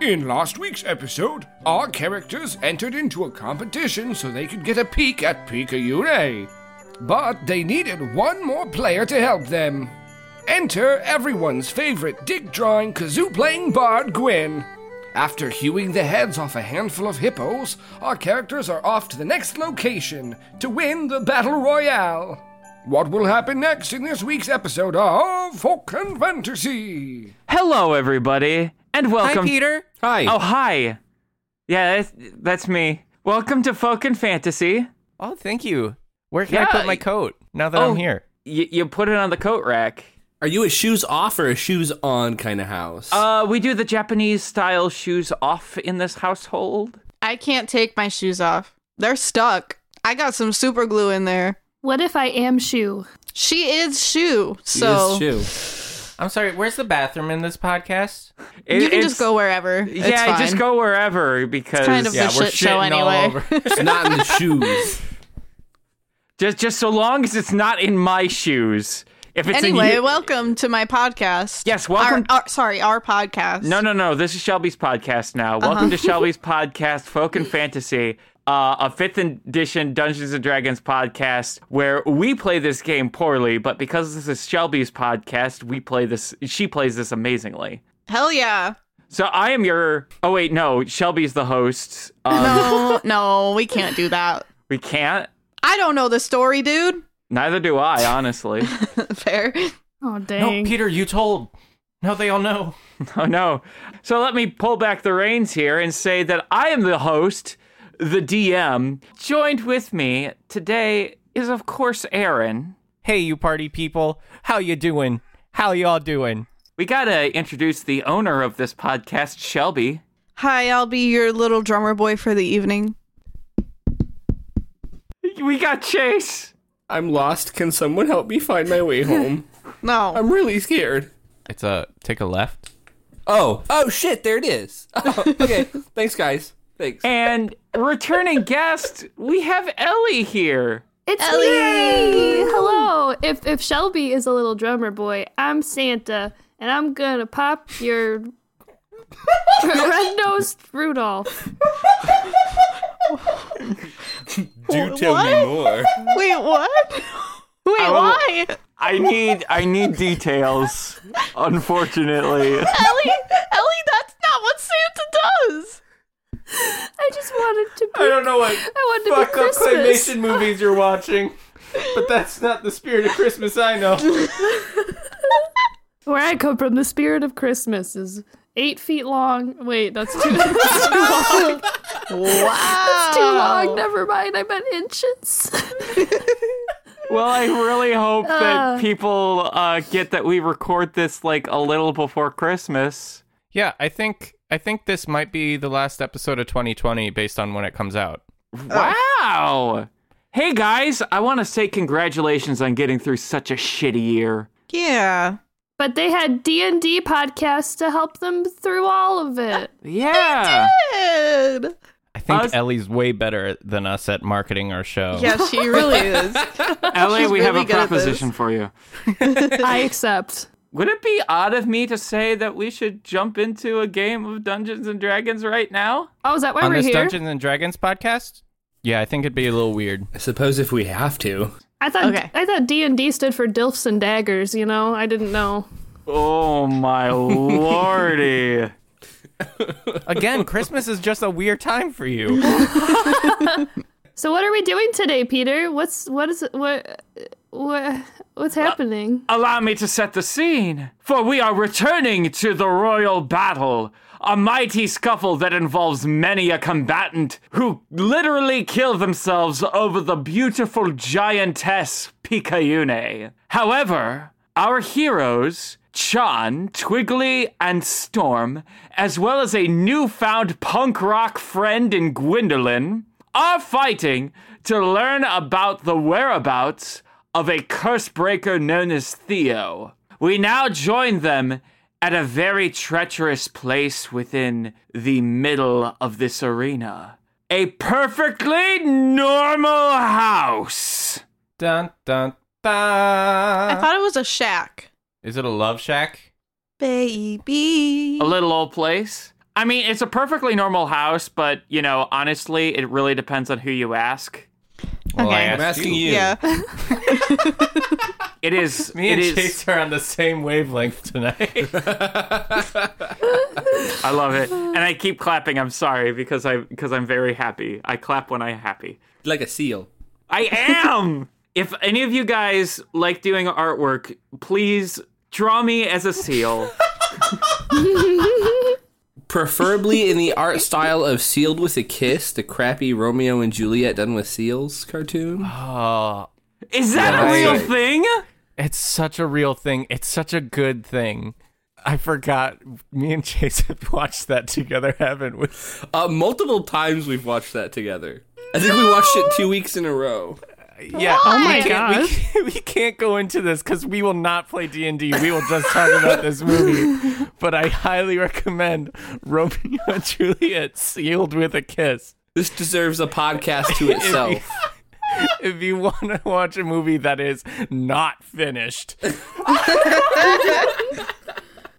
In last week's episode, our characters entered into a competition so they could get a peek at Pikaure. But they needed one more player to help them. Enter everyone's favorite dick drawing, kazoo playing bard, Gwyn. After hewing the heads off a handful of hippos, our characters are off to the next location to win the Battle Royale. What will happen next in this week's episode of Folk and Fantasy? Hello, everybody, and welcome. Peter. Hi. Oh, hi. Yeah, that's, that's me. Welcome to Folk and Fantasy. Oh, thank you. Where can I Yeah, put y- my coat now that Oh. I'm here? Y- you put it on the coat rack. Are you a shoes off or a shoes on kind of house? Uh, we do the Japanese style shoes off in this household. I can't take my shoes off. They're stuck. I got some super glue in there. What if I am Shu? She is shoe, It is so shoe. I'm sorry, where's the bathroom in this podcast? It- you can it's- just go wherever. It's Yeah, fine. just go wherever because kind of- Yeah, we're shit show shitting all anyway. over. It's not in the shoes. just just so long as it's not in my shoes. If it's in Anyway, you- welcome to my podcast. Yes, welcome- Our, our, sorry, our podcast. No, no, no. This is Shelby's podcast now. Welcome to Shelby's podcast, Folk and Fantasy, uh, a fifth edition Dungeons and Dragons podcast where we play this game poorly, but because this is Shelby's podcast, we play this. She plays this amazingly. Hell yeah. So I am your. Oh wait, no. Shelby's the host. Um, No, no, we can't do that. We can't. I don't know the story, dude. Neither do I, honestly. Fair. Oh, dang. no, Peter, you told. No, they all know. oh no. So let me pull back the reins here and say that I am the host, the DM. Joined with me today is of course Aaron. Hey, you party people. How you doing? How y'all doing? We gotta introduce the owner of this podcast, Shelby. Hi, I'll be your little drummer boy for the evening. We got Chase. I'm lost. Can someone help me find my way home? No. I'm really scared. It's a take a left. Oh. Oh shit, there it is. Oh, okay. Thanks guys. Thanks. And returning guest, we have Ellie here. It's me! Hello! If, if Shelby is a little drummer boy, I'm Santa, and I'm gonna pop your red nosed Rudolph. Do tell me more. Wait, what? Wait, why? Oh, I need I need details. Unfortunately. Ellie, Ellie, that's not what Santa does. I just wanted to be. I don't know what I wanted to be fuck up Christmas. claymation movies you're watching, but that's not the spirit of Christmas I know. Where I come from, the spirit of Christmas is eight feet long. Wait, that's too, that's too long. Wow. Too long. Never mind. I meant inches. well, I really hope Uh. that people uh, get that we record this like a little before Christmas. Yeah, I think I think this might be the last episode of 2020 based on when it comes out. Oh. Wow. Hey guys, I want to say congratulations on getting through such a shitty year. Yeah. but they had D and D podcasts to help them through all of it. Yeah. Good. I think Us- Ellie's way better than us at marketing our show. Yeah, she really is. Ellie, She's we have really a good at this. proposition for you. I accept. Would it be odd of me to say that we should jump into a game of Dungeons and Dragons right now? Oh, is that why On we're this here? Dungeons and Dragons podcast? Yeah, I think it'd be a little weird. I suppose if we have to. I thought Okay. I thought D and D stood for Dilfs and Daggers. You know, I didn't know. Oh my lordy. Again, Christmas is just a weird time for you. So what are we doing today, Peter? What's what is what what what's happening? Allow me to set the scene, for we are returning to the royal battle. A mighty scuffle that involves many a combatant who literally kill themselves over the beautiful giantess Picayune. However, our heroes, Chan, Twiggly, and Storm, as well as a newfound punk rock friend in Gwendolyn, are fighting to learn about the whereabouts of a curse breaker known as Theo. We now join them at a very treacherous place within the middle of this arena. A perfectly normal house. dun dun I dun. thought it was a shack. Is it a love shack? Baby. Oh, A little old place. I mean, it's a perfectly normal house, but you know, honestly, it really depends on who you ask. Well, I Okay. asked I'm asking you. you. Yeah. Uh, It is. Me it and is- Chase are on the same wavelength tonight. I love it, and I keep clapping. I'm sorry because I because I'm very happy. I clap when I'm happy. Like a seal. I am. if any of you guys like doing artwork, please draw me as a seal. Preferably in the art style of Sealed with a Kiss, the crappy Romeo and Juliet done with seals cartoon. oh, Is that Yeah, a real right. thing? it's such a real thing. It's such a good thing. I forgot. Me and Chase have watched that together, haven't we? Uh, multiple times we've watched that together. I think we watched it two weeks in a row. Yeah. Oh my we can't, God. We can't, we can't go into this because we will not play D and D. We will just talk about this movie. But I highly recommend Romeo and Juliet sealed with a kiss. This deserves a podcast to itself. If you want to watch a movie that is not finished.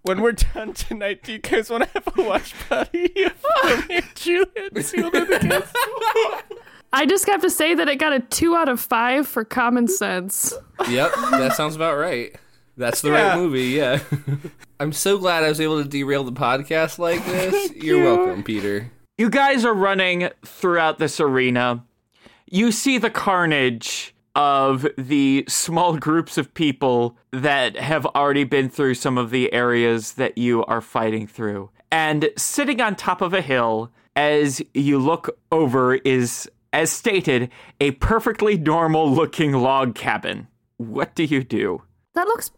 When we're done tonight, do you guys want to have a watch party of Romeo and Juliet sealed with a kiss? I just have to say that it got a two out of five for common sense. yep, that sounds about right. That's the Yeah. right movie, yeah. I'm so glad I was able to derail the podcast like this. You're welcome, Peter. You guys are running throughout this arena. You see the carnage of the small groups of people that have already been through some of the areas that you are fighting through. And sitting on top of a hill, as you look over, is, as stated, a perfectly normal looking log cabin. What do you do? That looks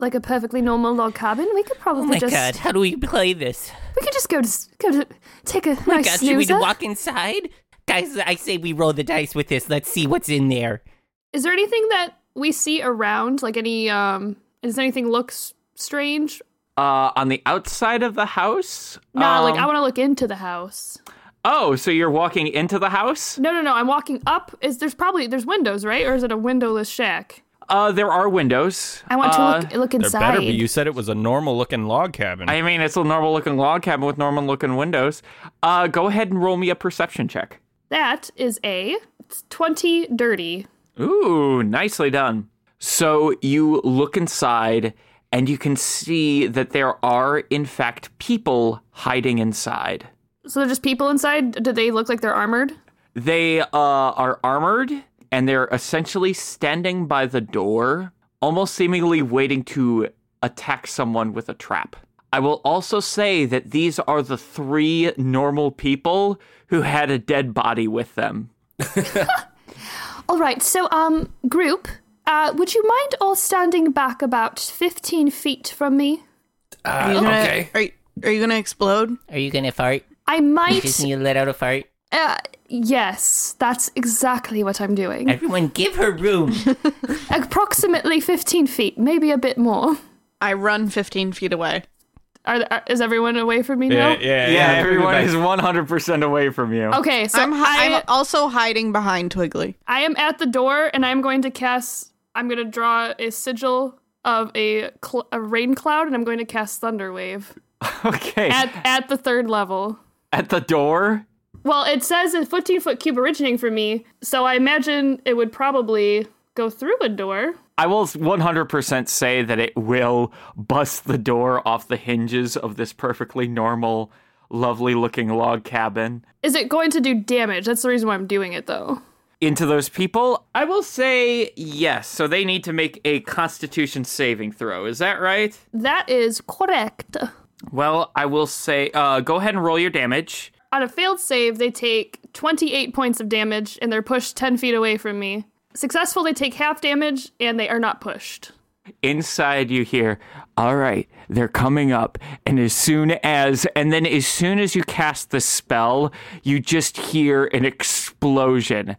like a perfectly normal log cabin. We could probably Oh my just god, how do we play this? we could just go to s- go to take a Oh my nice god, should we snoozer. walk inside? Guys, I say we roll the dice with this. Let's see what's in there. Is there anything that we see around? Like any um does anything look s- strange? Uh, on the outside of the house? No, like Um, I want to look into the house. Oh, so you're walking into the house? No, no, no. I'm walking up. Is there's probably there's windows, right? Or is it a windowless shack? Uh, there are windows. I want Uh, to look look inside. said it was a normal looking log cabin. I mean, it's a normal looking log cabin with normal looking windows. Uh, go ahead and roll me a perception check. That is a it's 20 dirty. Ooh, nicely done. So you look inside and you can see that there are, in fact, people hiding inside. So they're just people inside. Do they look like they're armored? They uh, are armored and they're essentially standing by the door, almost seemingly waiting to attack someone with a trap. I will also say that these are the three normal people who had a dead body with them. All right. So um group, uh would you mind all standing back about 15 feet from me? Are you gonna- okay. Are you, are you gonna explode? Are you gonna fart? I You might just need to let out a fart. uh, yes, that's exactly what I'm doing. Everyone, give her room. Approximately 15 feet, maybe a bit more. I run 15 feet away. Are, are is everyone away from me now? yeah, everyone is 100% away from you. Okay, so I'm, hi- I- I'm also hiding behind Twiggly. I am at the door and I'm going to cast. I'm going to draw a sigil of a, cl- a rain cloud and I'm going to cast Thunder Wave Okay. at, at the third level. At the door? Well, it says a 15 foot cube originating from me, so I imagine it would probably go through a door. I will 100% say that it will bust the door off the hinges of this perfectly normal, lovely looking log cabin Is it going to do damage? That's the reason why I'm doing it though. into those people. I will say yes. So they need to make a constitution saving throw. Is that right? That is correct. Well, I will say uh, go ahead and roll your damage. On a failed save, they take 28 points of damage and they're pushed 10 feet away from me. Successful, they take half damage and they are not pushed. Inside, you hear, all right, they're coming up. And as soon as, and then as soon as you cast the spell, you just hear an explosion.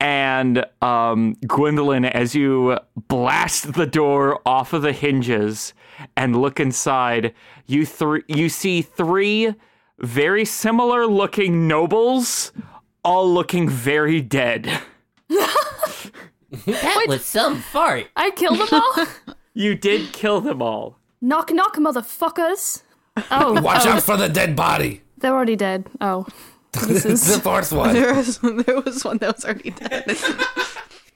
And um, Gwendolyn, as you blast the door off of the hinges and look inside, you three, you see three very similar looking nobles, all looking very dead. That was some fart. I killed them all. You did kill them all. knock knock, motherfuckers. Oh, Watch oh, out for the dead body. They're already dead. Oh. This the is fourth one. There was there was one that was already dead.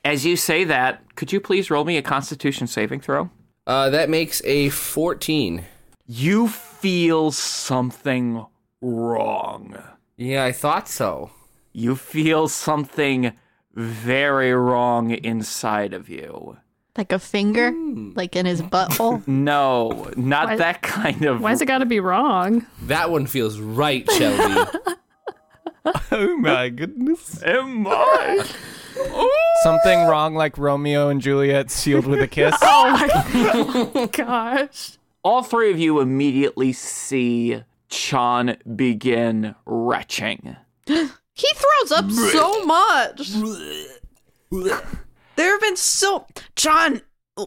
As you say that, could you please roll me a constitution saving throw? Uh, that makes a 14. You feel something wrong. Yeah, I thought so. You feel something very wrong inside of you. like a finger, like in his butthole. No, not Why- that kind of. why's it gotta be wrong? That one feels right, Shelby. Oh my goodness. Am I? Something wrong like Romeo and Juliet sealed with a kiss. Oh, Oh Gosh. All three of you immediately see Chan begin retching. He throws up so much. There have been so John,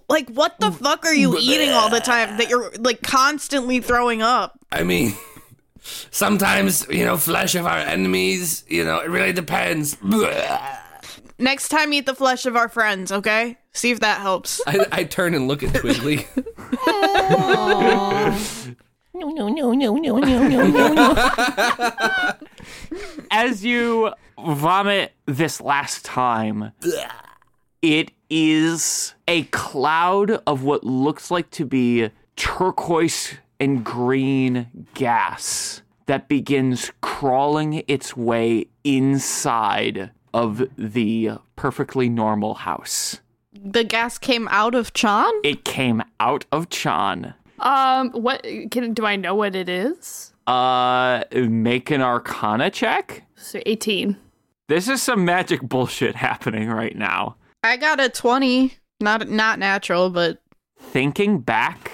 like what the fuck are you eating all the time that you're like constantly throwing up? I mean, sometimes, you know, flesh of our enemies, you know, it really depends. I, Next time eat the flesh of our friends, okay? See if that helps. I turn and look at Twiggly. No, no, no, no, no, no, no, no, no. As you vomit this last time, it is a cloud of what looks like to be turquoise and green gas that begins crawling its way inside of the perfectly normal house. The gas came out of Chan? It came out of Chan. Um, what can do I know what it is? Uh, make an arcana check? So 18. This is some magic bullshit happening right now. I got a 20. Not not natural, but Thinking back,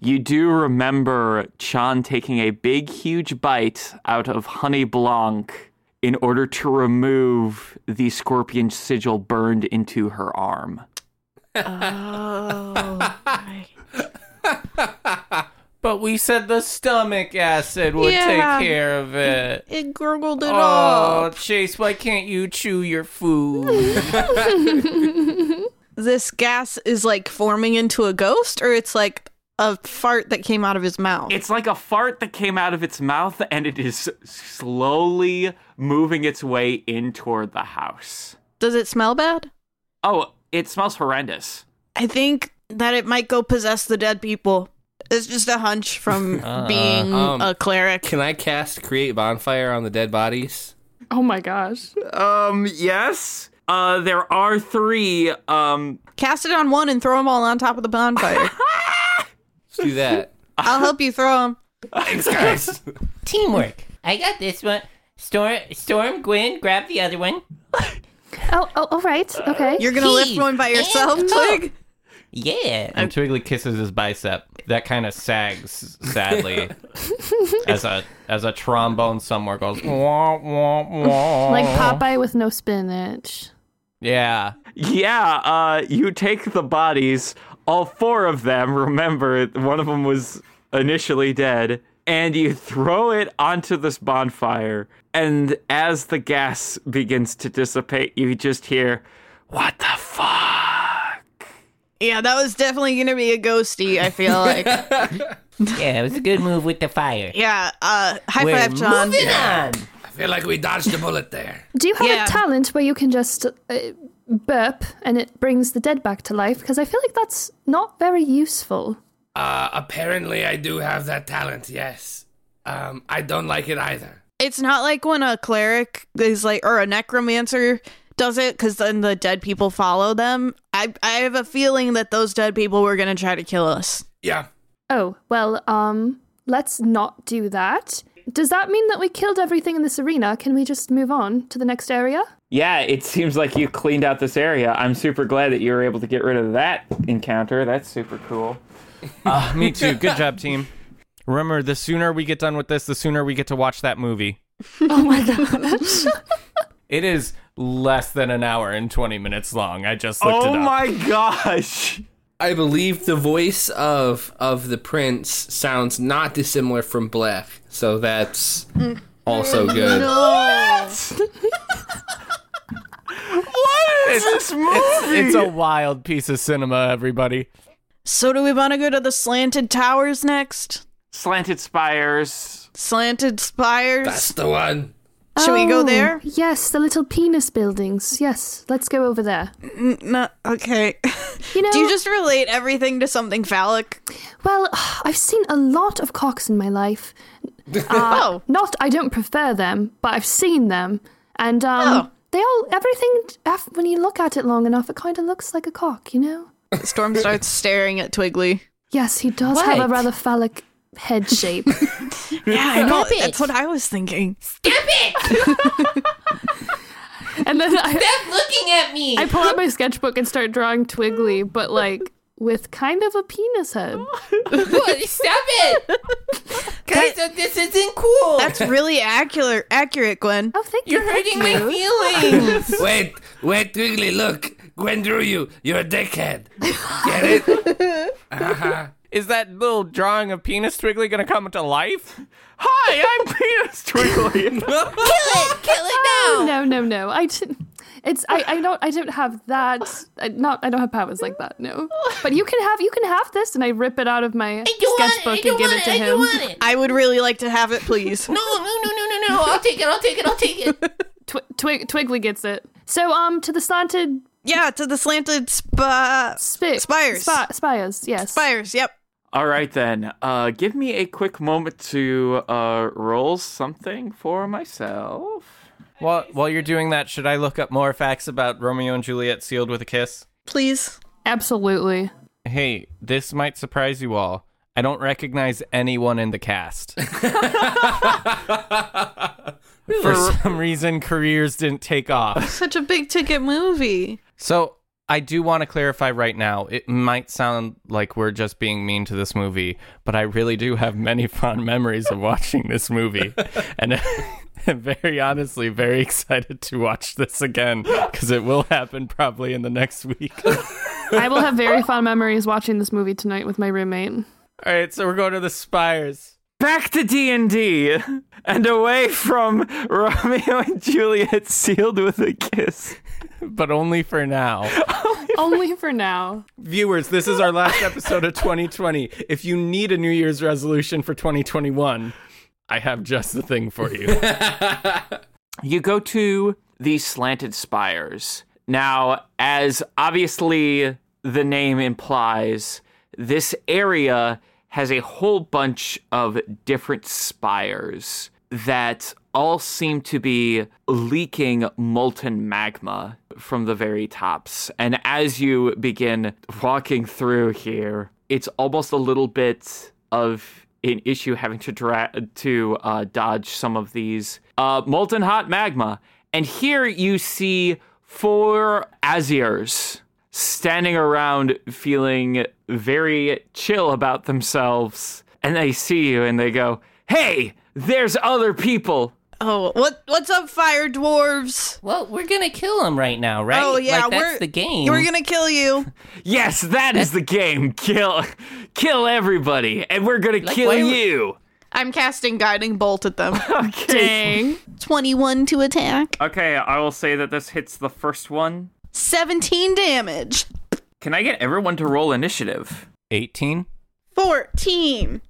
you do remember Chan taking a big, huge bite out of Honey Blanc in order to remove the scorpion sigil burned into her arm. But we said the stomach acid would Yeah. take care of it. it gurgled it Oh, all. Chase, why can't you chew your food? This gas is like forming into a ghost or it's like a fart that came out of his mouth. It's like a fart that came out of its mouth and it is slowly moving its way in toward the house. Does it smell bad? Oh, it smells horrendous. I think that it might go possess the dead people. It's just a hunch from being um, a cleric. Can I cast Create Bonfire on the dead bodies? Oh my gosh. Um, yes. Uh, there are three. Um, Cast it on one and throw them all on top of the bonfire. Let's do that. I'll help you throw them. Thanks, guys. Teamwork. I got this one. Storm, Storm, Gwen, grab the other one. Oh, oh, all right. Okay. You're gonna lift one by yourself, and up. Twig. Yeah. And Twiggly kisses his bicep. That kind of sags sadly, as a as a trombone somewhere goes. Wah, wah, wah. like Popeye with no spinach. yeah, yeah. Uh, you take the bodies, all four of them. Remember, one of them was initially dead, and you throw it onto this bonfire. And as the gas begins to dissipate, you just hear, "What the Ah, fuck?" Yeah, that was definitely gonna be a ghosty. I feel like. Yeah, it was a good move with the fire. yeah. Uh, high We're five, John. moving on. I feel like we dodged a bullet there. Do you have Yeah. a talent where you can just uh, burp and it brings the dead back to life? Because I feel like that's not very useful. Uh, apparently, I do have that talent, yes. Um, I don't like it either. It's not like when a cleric is like, or a necromancer does it, because then the dead people follow them. I I have a feeling that those dead people were gonna try to kill us. Yeah. Oh, well, um, let's not do that. Does that mean that we killed everything in this arena? Can we just move on to the next area? Yeah, it seems like you cleaned out this area. I'm super glad that you were able to get rid of that encounter. That's super cool. me too. Good job, team. Remember, the sooner we get done with this, the sooner we get to watch that movie. Oh my gosh. It is less than an hour and twenty minutes long. I just looked Oh it up. my gosh. I believe the voice of of the prince sounds not dissimilar from Black, so that's also good. What is this movie? It's a wild piece of cinema, everybody. So do we want to go to the slanted towers next? slanted spires. Slanted spires. That's the one. Should we go Oh, there? Yes, the little penis buildings. Yes, let's go over there. No. Okay. You know, Do you just relate everything to something phallic? well, I've seen a lot of cocks in my life. oh. Not, I don't prefer them, but I've seen them, and Oh. um, they all everything. af- When you look at it long enough, it kind of looks like a cock, you know. Storm starts staring at Twiggly. Yes, he does have What? a rather phallic head shape. Yeah, I know. Stop it. That's what I was thinking. Stop it! and then I, Stop looking at me! I pull out my sketchbook and start drawing Twiggly, but like with kind of a penis head. What? Stop it! Guys, uh, this isn't cool! That's really accurate, accurate, Gwen. Oh, thank You're you. thank hurting you. my feelings! Wait, wait, Twiggly, look. Gwen drew you. You're a dickhead. Get it? Is that little drawing of penis Twiggly gonna come to life? Hi, I'm Penis Twiggly. Kill it! Kill it now! No, no, no. I didn't. It's I, I don't I don't have that. I, not I don't have powers like that. No, but you can have you can have this, and I rip it out of my I don't want sketchbook it! I don't and give want it it! to I him. don't want it! I would really like to have it, please. No, no, no, no, no, no! I'll take it! I'll take it! I'll take it! Twi- Twig- Twiggly gets it. So um to the slanted Yeah, to the slanted spa- spi- Spires. spi- spires. Yes, spires. Yep. All right then. Uh, give me a quick moment to uh, roll something for myself. While while you're doing that, should I look up more facts about Romeo and Juliet sealed with a kiss? Please. absolutely. Hey, this might surprise you all. I don't recognize anyone in the cast. For some reason, careers didn't take off. Such a big ticket movie. So I do want to clarify right now. It might sound like we're just being mean to this movie, but I really do have many fond memories of watching this movie, and I'm very honestly very excited to watch this again because it will happen probably in the next week. All I will have very fond memories watching this movie tonight with my roommate. right, so we're going to the spires. Back to D and D and away from Romeo and Juliet sealed with a kiss. But only for now. Only for now. Viewers, this is our last episode of 2020. If you need a New Year's resolution for 2021, I have just the thing for you. you go to the slanted spires. Now, as obviously the name implies, this area has a whole bunch of different spires that all seem to be leaking molten magma from the very tops. And as you begin walking through here, it's almost a little bit of an issue having to dra- to uh, dodge some of these uh, molten hot magma. And here you see four Azirs standing around, feeling very chill about themselves. And they see you and they go, "Hey, there's other people." Oh, what what's up, fire dwarves? Well, we're gonna kill him right now, right? Oh yeah, like, that's we're the game. We're gonna kill you. Yes, that is the game. Kill, kill everybody, and we're gonna kill why- you. I'm casting guiding bolt at them. Dang. Twenty-one to attack. Okay, I will say that this hits the first one. Seventeen damage. Can I get everyone to roll initiative? 18? Fourteen.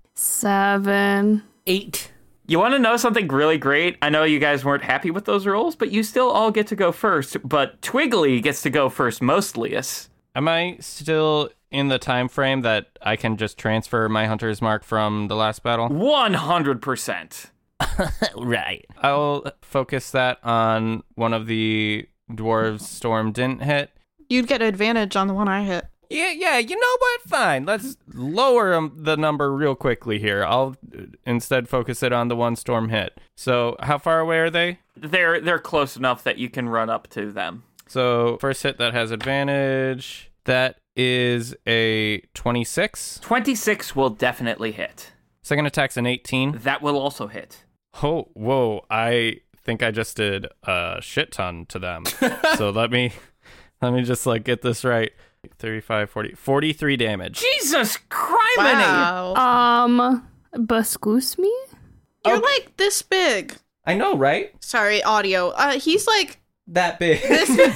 Seven. Eight. You want to know something really great? I know you guys weren't happy with those rolls, but you still all get to go first. But Twiggly gets to go first mostlyus. Am I still in the time frame that I can just transfer my hunter's mark from the last battle? 100%. right. I'll focus that on one of the dwarves storm didn't hit. You'd get advantage on the one I hit. Yeah, yeah, you know what? Fine. Let's lower um, the number real quickly here. I'll uh, instead focus it on the one storm hit. So, how far away are they? They're they're close enough that you can run up to them. So, first hit that has advantage. That is a 26. 26 will definitely hit. Second attack's an 18. That will also hit. Oh, whoa. I think I just did a shit ton to them. so let me let me just like get this right. 35 40 43 damage. Jesus Christ! Oh. Um, buscuse me? You're like this big. I know, right? Sorry, audio. Uh, he's like That big. this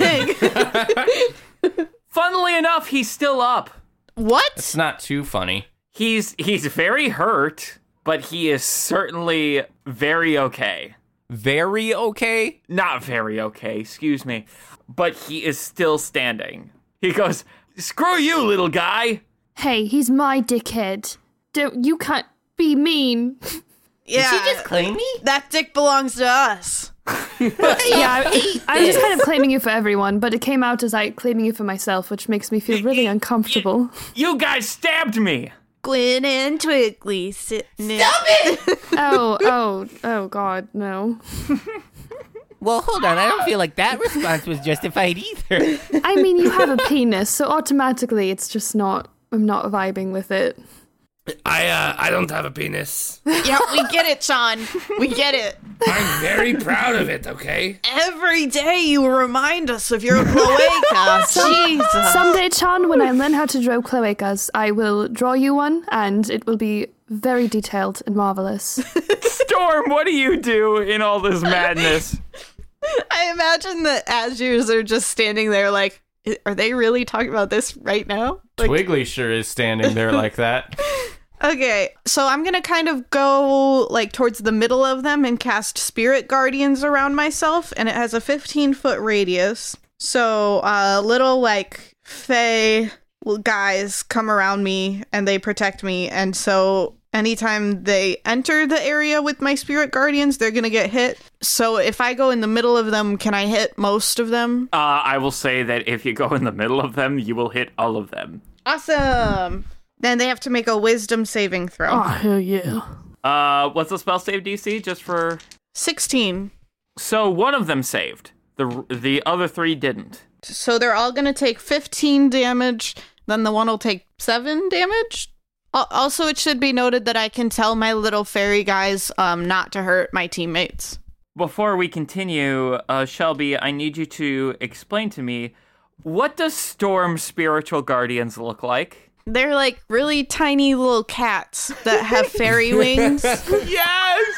big. Funnily enough, he's still up. what? It's not too funny. He's he's very hurt, but he is certainly very okay. Very okay. Not very okay, excuse me. But he is still standing. He goes, Screw you, little guy! Hey, he's my dickhead. Don't you can't be mean. Yeah. She just claimed me? that dick belongs to us. yeah, I, I'm just kind of claiming you for everyone, but it came out as I claiming you for myself, which makes me feel really uncomfortable. You guys stabbed me! Gwen and Twiggly sitting in. oh, oh, oh, God, no. Well, hold on. I don't feel like that response was justified either. I mean, you have a penis, so automatically it's just not. I'm not vibing with it. I uh, I don't have a penis. Yeah, we get it, Sean. We get it. I'm very proud of it. Okay. Every day you remind us of your cloaca. Jesus. Someday, Chan, when I learn how to draw cloacas, I will draw you one, and it will be very detailed and marvelous. Storm, what do you do in all this madness? I imagine that Azures are just standing there like, "I- are they really talking about this right now? Like, Twiggly sure is standing there like that. okay, so I'm gonna kind of go like towards the middle of them and cast Spirit Guardians around myself, and it has a 15 foot radius. So uh, little like fey l- guys come around me and they protect me, and so. Anytime they enter the area with my spirit guardians, they're gonna get hit. So if I go in the middle of them, can I hit most of them? Uh, I will say that if you go in the middle of them, you will hit all of them. Awesome. Then they have to make a wisdom saving throw. hell yeah. Uh, what's the spell save DC? Just for 16. so one of them saved. The the other three didn't. So they're all going to take 15 damage. Then the one will take 7 damage. Al- Also, it should be noted that I can tell my little fairy guys um, not to hurt my teammates. Before we continue, uh, Shelby, I need you to explain to me what does Storm Spiritual Guardians look like? They're like really tiny little cats that have fairy wings. Yes.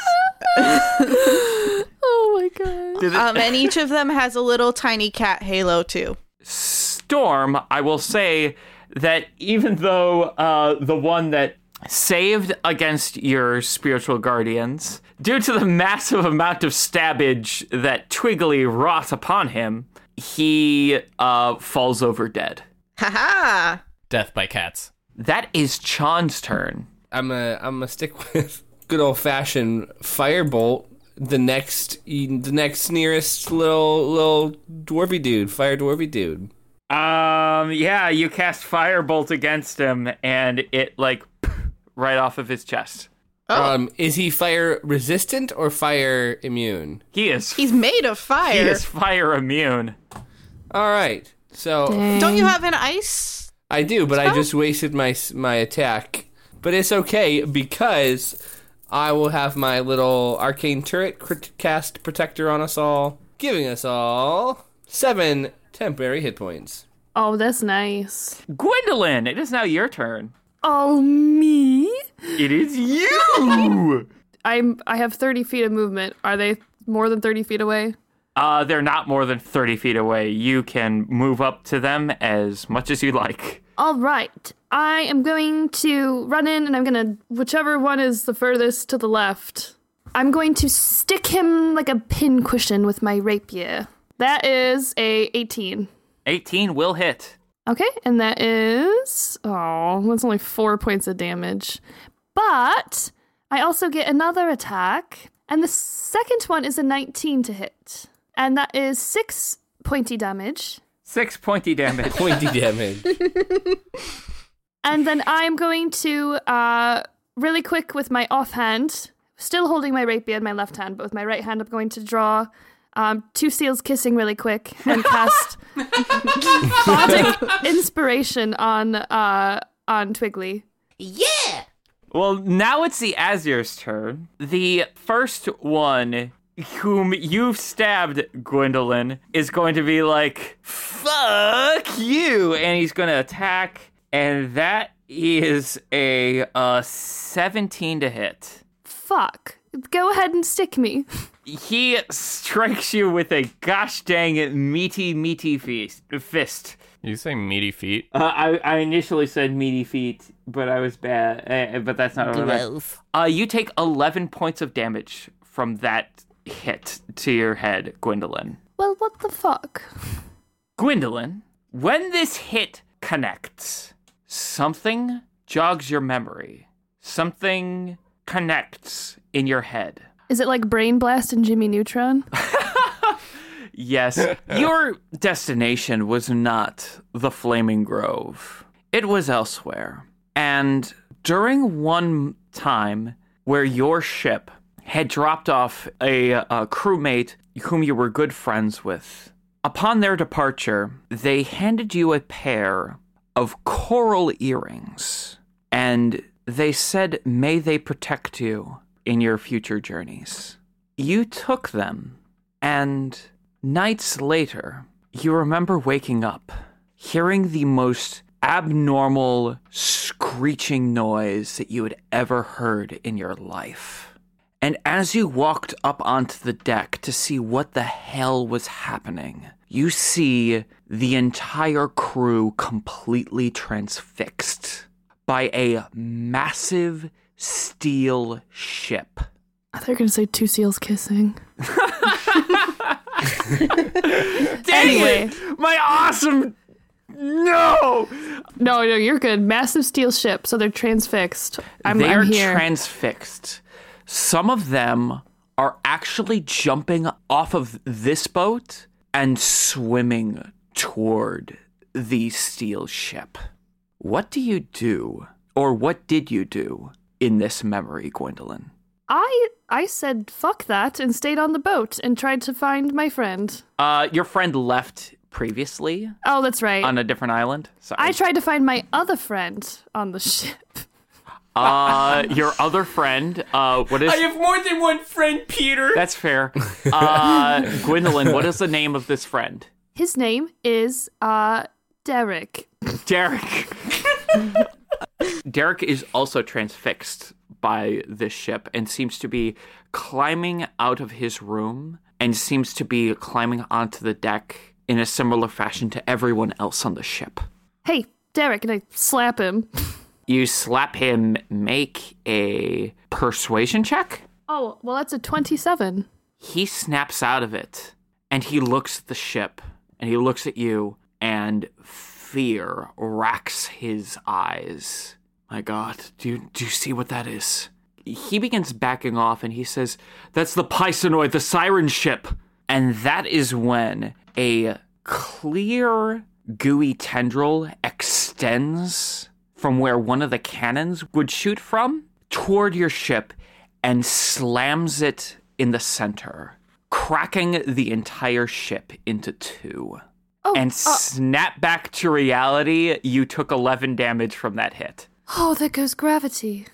Oh my God. Um, and each of them has a little tiny cat halo, too. Storm, I will say that even though uh, the one that saved against your spiritual guardians, due to the massive amount of stabbage that Twiggly wrought upon him, he uh, falls over dead. Haha. Death by cats. That is Chan's turn. I'm a I'm gonna stick with good old fashioned firebolt. The next the next nearest little little dwarvy dude, fire dwarvy dude. Um, yeah, you cast Firebolt against him, and it like right off of his chest. Um, is he fire resistant or fire immune? He is He's made of he fire. is fire immune. All right. So Eh. Don't you have an ice I do, but I just wasted my s- my attack. But it's okay because I will have my little arcane turret crit- cast protector on us all, giving us all seven temporary hit points. Oh, that's nice. Gwendolyn, it is now your turn. Oh, me? It is you. I'm. I have 30 feet of movement. Are they more than 30 feet away? Uh, they're not more than 30 feet away. You can move up to them as much as you like. All right. I am going to run in and I'm going to, whichever one is the furthest to the left, I'm going to stick him like a pincushion with my rapier. That is a 18. 18 will hit. Okay, and that is, oh, that's only four points of damage. But I also get another attack, and the second one is a 19 to hit. And that is six pointy damage. Six pointy damage. Pointy damage. And then I'm going to uh, really quick with my offhand, still holding my rapier in my left hand, but with my right hand, I'm going to draw um, two seals kissing really quick and cast Bardic inspiration on uh, on Twiggly. Yeah! well, now it's the Azir's turn. The first one, whom you've stabbed, Gwendolyn, is going to be like, fuck you. And he's going to attack. And that is a uh, 17 to hit. Fuck. Go ahead and stick me. he strikes you with a gosh dang meaty meaty feast, fist You say meaty feet? Uh, I, I initially said meaty feet, but I was bad. Uh, but that's not what I meant. Gross. Uh, you take 11 points of damage from that hit to your head, Gwendolyn. Well, what the fuck? Gwendolyn, when this hit connects, something jogs your memory. Something connects in your head. Is it like Brain Blast and Jimmy Neutron? Yes, your destination was not the Flaming Grove. It was elsewhere. And during one time where your ship had dropped off a, a crewmate whom you were good friends with, upon their departure, they handed you a pair of coral earrings. And they said, May they protect you in your future journeys. You took them and nights later, you remember waking up, hearing the most abnormal screeching noise that you had ever heard in your life. And as you walked up onto the deck to see what the hell was happening, you see the entire crew completely transfixed by a massive steel ship. I thought you were gonna say two seals kissing. anyway, My awesome. No! no, no, you're good. Massive steel ship, so they're transfixed. I'm, they I'm are here. transfixed. Some of them are actually jumping off of this boat and swimming toward the steel ship. What do you do, or what did you do in this memory, Gwendolyn? I I said fuck that and stayed on the boat and tried to find my friend. Uh, your friend left previously Oh, that's right. on a different island. Sorry. I tried to find my other friend on the ship. uh, your other friend. Uh, what is? I have more than one friend, Peter. That's fair. Uh, Gwendolyn, what is the name of this friend? His name is uh Derek. Derek. Derek is also transfixed by this ship and seems to be climbing out of his room and seems to be climbing onto the deck in a similar fashion to everyone else on the ship. Hey, Derek, and I slap him. You slap him, make a persuasion check. Oh, well that's a twenty-seven. he snaps out of it and he looks at the ship and he looks at you and fear racks his eyes. My God, do you, do you see what that is? He begins backing off and he says, That's the Pisonoid, the siren ship. And that is when a clear, gooey tendril extends from where one of the cannons would shoot from toward your ship and slams it in the center, cracking the entire ship into two. Oh, and uh, snap back to reality, you took 11 damage from that hit. oh, there goes gravity.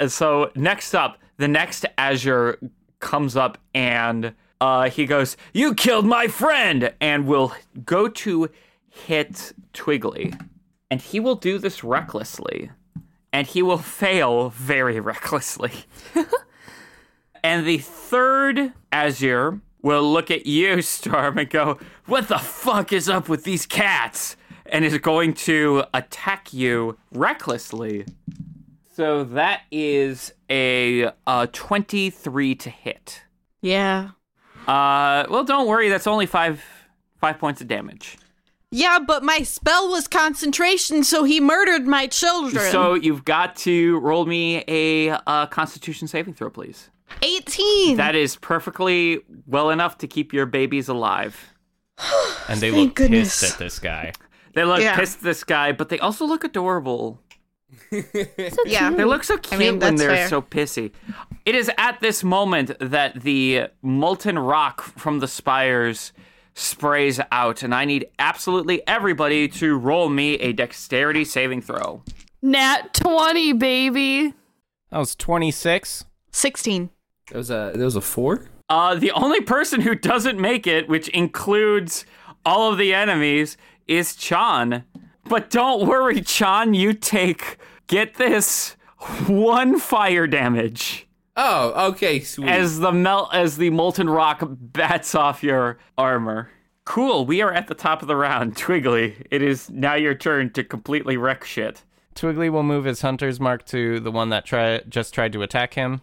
And so next up, the next Azure comes up and uh, he goes, You killed my friend! And will go to hit Twiggly. And he will do this recklessly. And he will fail very recklessly. and the third Azure will look at you, Storm, and go, What the fuck is up with these cats? And is going to attack you recklessly. So that is a, uh 23 to hit. Yeah. Uh, well, don't worry. That's only five five points of damage. Yeah, but my spell was concentration, so he murdered my children. So you've got to roll me a uh, Constitution saving throw, please. 18. That is perfectly well enough to keep your babies alive. And they Thank look goodness. pissed at this guy. They look Yeah. pissed at this guy, but they also look adorable. yeah. They look so cute mean, when that's they're fair. so pissy. It is at this moment that the molten rock from the spires sprays out, and I need absolutely everybody to roll me a dexterity saving throw. Nat twenty, baby. That was 26. 16. There was a there was a four. Uh, the only person who doesn't make it, which includes all of the enemies, is Chan. But don't worry, Chan, you take, get this, one fire damage. Mm. Oh, okay, sweet. as the melt as the molten rock bats off your armor. Cool, we are at the top of the round. Twiggly, it is now your turn to completely wreck shit. Twiggly will move his hunter's mark to the one that try- just tried to attack him,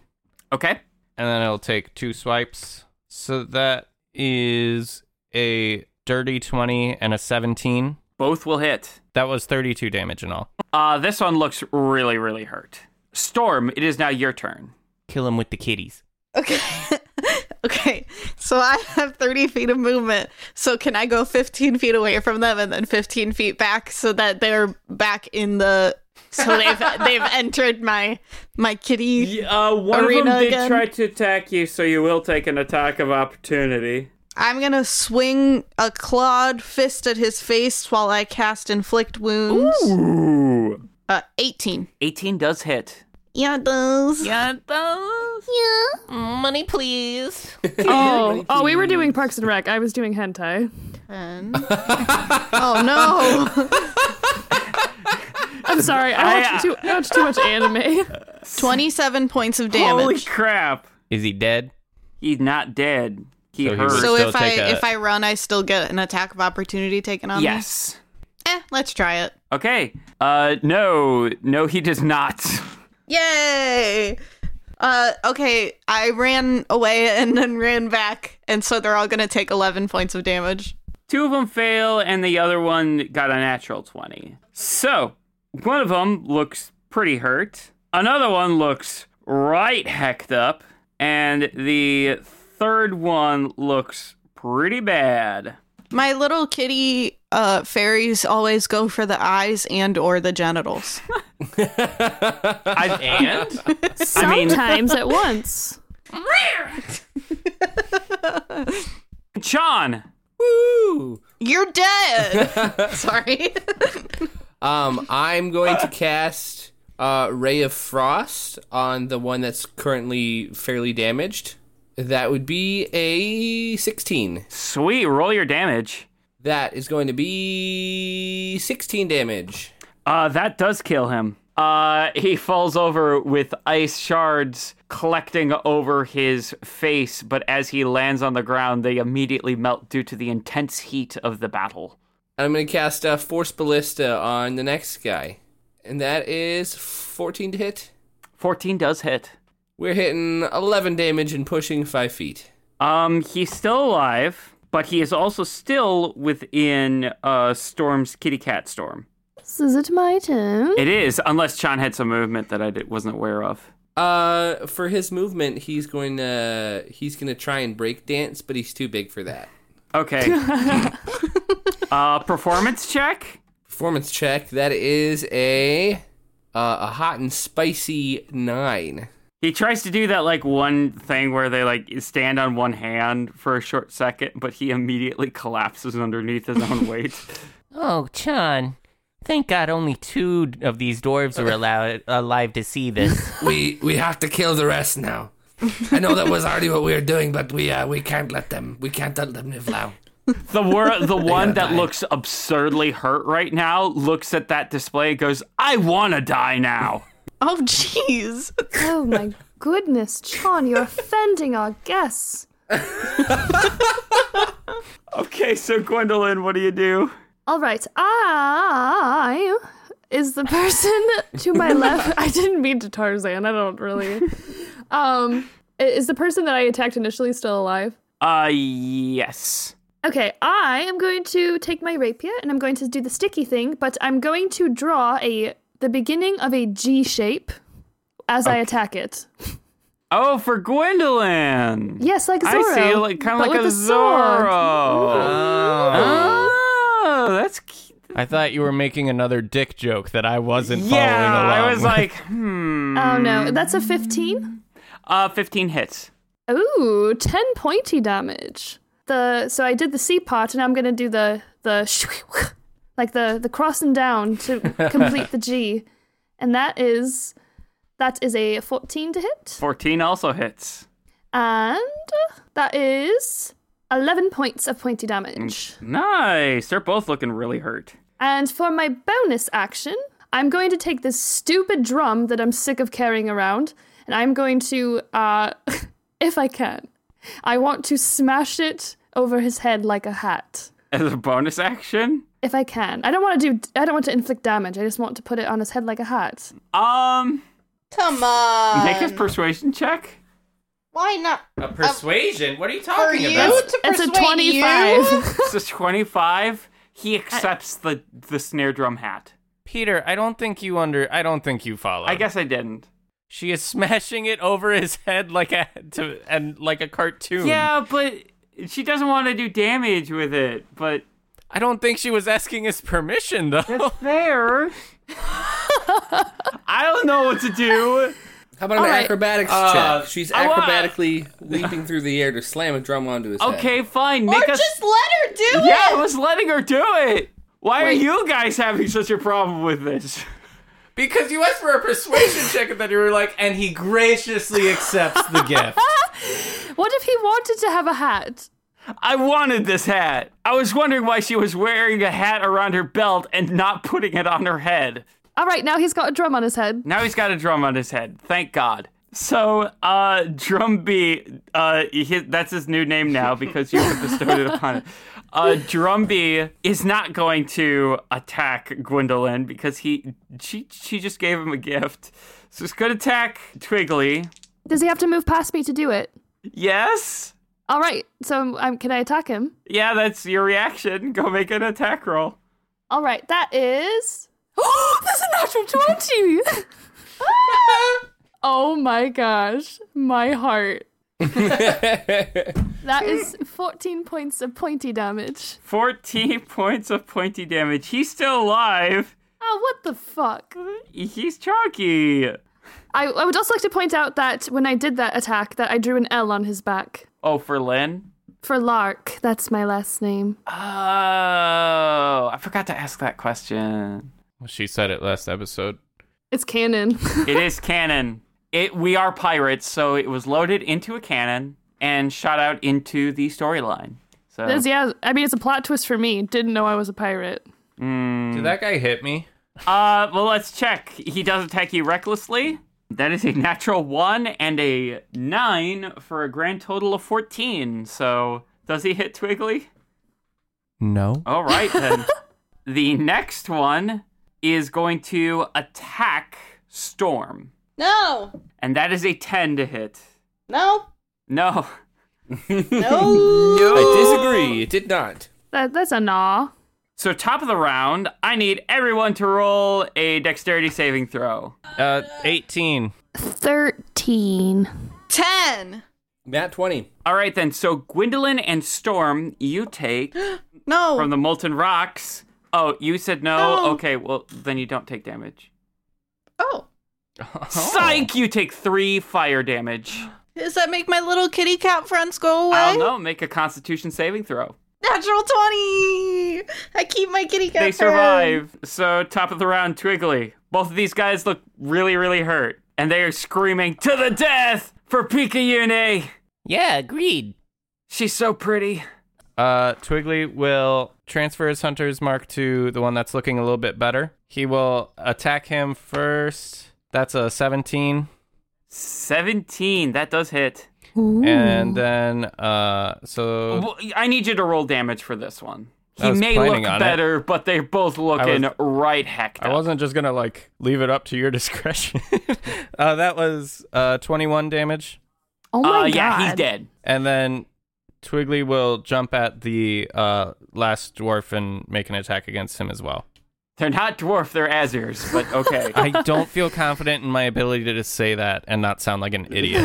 Okay. and then it'll take two swipes. So that is a dirty 20 and a 17. Both will hit. That was 32 damage in all. Uh, this one looks really, really hurt. Storm, it is now your turn. Kill him with the kitties. Okay. okay. So I have 30 feet of movement. So can I go 15 feet away from them and then 15 feet back so that they're back in the so they've they've entered my my kitty. Uh, one of Arena them did again? try to attack you, so you will take an attack of opportunity. I'm going to swing a clawed fist at his face while I cast inflict wounds. Ooh. Uh 18. 18 does hit. Yeah, it does. Yeah, those. Yeah. Money, please. Oh, oh, we were doing Parks and Rec. I was doing hentai. Ten. oh no. I'm sorry. I uh, watched too, I watched too much anime. 27 points of damage. Holy crap. Is he dead? He's not dead. He So he hurt. was- so still if I take a- if I run, I still get an attack of opportunity taken on yes. me. Eh, let's try it. Okay. Uh, no. No, he does not. Yay! Uh, okay, I ran away and then ran back, and so they're all gonna take 11 points of damage. Two of them fail, and the other one got a natural 20. So, one of them looks pretty hurt. Another one looks right hecked up. And the third one looks pretty bad. My little kitty uh, fairies always go for the eyes and or the genitals. I, and? mean- Sometimes at once. John! Woo! You're dead. Sorry. Um, I'm going to cast uh, Ray of Frost on the one that's currently fairly damaged. That would be a 16. Sweet, roll your damage. That is going to be 16 damage. Uh, that does kill him. Uh, he falls over with ice shards collecting over his face, but as he lands on the ground, they immediately melt due to the intense heat of the battle. And I'm going to cast uh, Force Ballista on the next guy. And that is 14 to hit. 14 does hit. We're hitting 11 damage and pushing 5 feet. Um, he's still alive, but he is also still within uh, Storm's kitty cat storm. So Is it my turn? It is, unless John had some movement that I did, wasn't aware of. Uh, for his movement, he's going to he's going to try and break dance, but he's too big for that. Okay. uh, performance check? Performance check. That is a uh, a hot and spicy nine. He tries to do that like one thing where they like stand on one hand for a short second, but he immediately collapses underneath his own weight. Oh, Chan. Thank God only two of these dwarves were allowed, alive to see this. We we have to kill the rest now. I know that was already what we were doing, but we uh, we can't let them. We can't let them live now. The wor- the one that die. looks absurdly hurt right now looks at that display and goes, "I want to die now." oh, jeez. Oh my goodness, John, you're offending our guests. okay, so Gwendolyn, what do you do? All right, I is the person to my left. I didn't mean to Tarzan. I don't really. Um, i- is the person that I attacked initially still alive? Uh, yes. Okay, I am going to take my rapier and I'm going to do the sticky thing, but I'm going to draw a the beginning of a G shape as I attack it. Oh, for Gwendolyn. Yes, like I Zorro. see, like kind but of like a, with sword. Zorro. Oh. Oh, that's cute. I thought you were making another dick joke that I wasn't yeah. following along. I was with. like, hmm. Oh no, that's a 15. Uh, fifteen hits. Ooh, 10 pointy damage. The so I did the C part and I'm gonna do the the like the the crossing down to complete the G. And that is that is a 14 to hit. 14 also hits. And that is 11 points of pointy damage. Nice. They're both looking really hurt. And for my bonus action, I'm going to take this stupid drum that I'm sick of carrying around, and I'm going to, uh, if I can, I want to smash it over his head like a hat. As a bonus action? If I can. I don't want to do I don't want to inflict damage. I just want to put it on his head like a hat. Um, Come on. make his persuasion check. Why not? A persuasion? What are you For talking you about? to It's persuade a 25. you? This is 25. He accepts the, the snare drum hat. Peter, I don't think you under. I don't think you follow. I guess I didn't. she is smashing it over his head like a to, and like a cartoon. Yeah, but she doesn't want to do damage with it, but I don't think she was asking his permission though. fair. I don't know what to do. How about an All right. acrobatics Uh, check? She's I want- acrobatically leaping through the air to slam a drum onto his head. Okay, fine. Or Make us. just let her do Yeah, I it. was letting her do it. Why are you guys having such a problem with this? because you asked for a persuasion check and then you were like, and he graciously accepts the gift. What if he wanted to have a hat? I wanted this hat. I was wondering why she was wearing a hat around her belt and not putting it on her head. All right, now he's got a drum on his head. Now he's got a drum on his head. Thank God. So, uh, Drumby, uh, his, that's his new name now because you have bestowed it upon it. Uh, Drumby is not going to attack Gwendolyn because he she she just gave him a gift. So he's gonna attack Twiggly. Does he have to move past me to do it? Yes. All right, so um, can I attack him? Yeah, that's your reaction. Go make an attack roll. All right, that is. That's a natural 20! oh my gosh, my heart. that is 14 points of pointy damage. 14 points of pointy damage. He's still alive. Oh, what the fuck? He's chunky. I, I would also like to point out that when I did that attack, that I drew an L on his back. Oh, for Lynn? For Lark, that's my last name. Oh, I forgot to ask that question. She said it last episode. It's canon. it is cannon. It we are pirates, so it was loaded into a cannon and shot out into the storyline. So That's- yeah, I mean, it's a plot twist for me. Didn't know I was a pirate. Did that guy hit me? Uh, well, let's check. He does attack you recklessly. That is a natural one and a nine for a grand total of 14. So, does he hit Twiggly? No. All right, then. the next one is going to attack Storm. No. And that is a 10 to hit. No. No. No. I disagree. It did not. That, that's a gnaw. So, top of the round, I need everyone to roll a dexterity saving throw. Uh, 18. 13. 10. Matt 20. All right, then. So, Gwendolyn and Storm, you take No. from the molten rocks. Oh, you said no? No. Okay, well, then you don't take damage. oh. Psych! You take three fire damage. Does that make my little kitty cat friends go away? I don't know. Make a constitution saving throw. Natural 20. I keep my kitty cat They friends. survive. So, top of the round, Twiggly. Both of these guys look really, really hurt. And they are screaming, To the death for Pika Yune! Yeah, agreed. She's so pretty. Uh, Twiggly will transfer his hunter's mark to the one that's looking a little bit better. He will attack him first. That's a 17. 17. That does hit. And then, uh, so Well, I need you to roll damage for this one. I He was may planning look on it. better, but they're both looking right hecked I up. wasn't just gonna like leave it up to your discretion. uh, that was uh 21 damage. Oh my uh, god. yeah, he's dead. And then Twiggly will jump at the uh last dwarf and make an attack against him as well. They're not dwarf, they're Azirs, but okay. I don't feel confident in my ability to just say that and not sound like an idiot.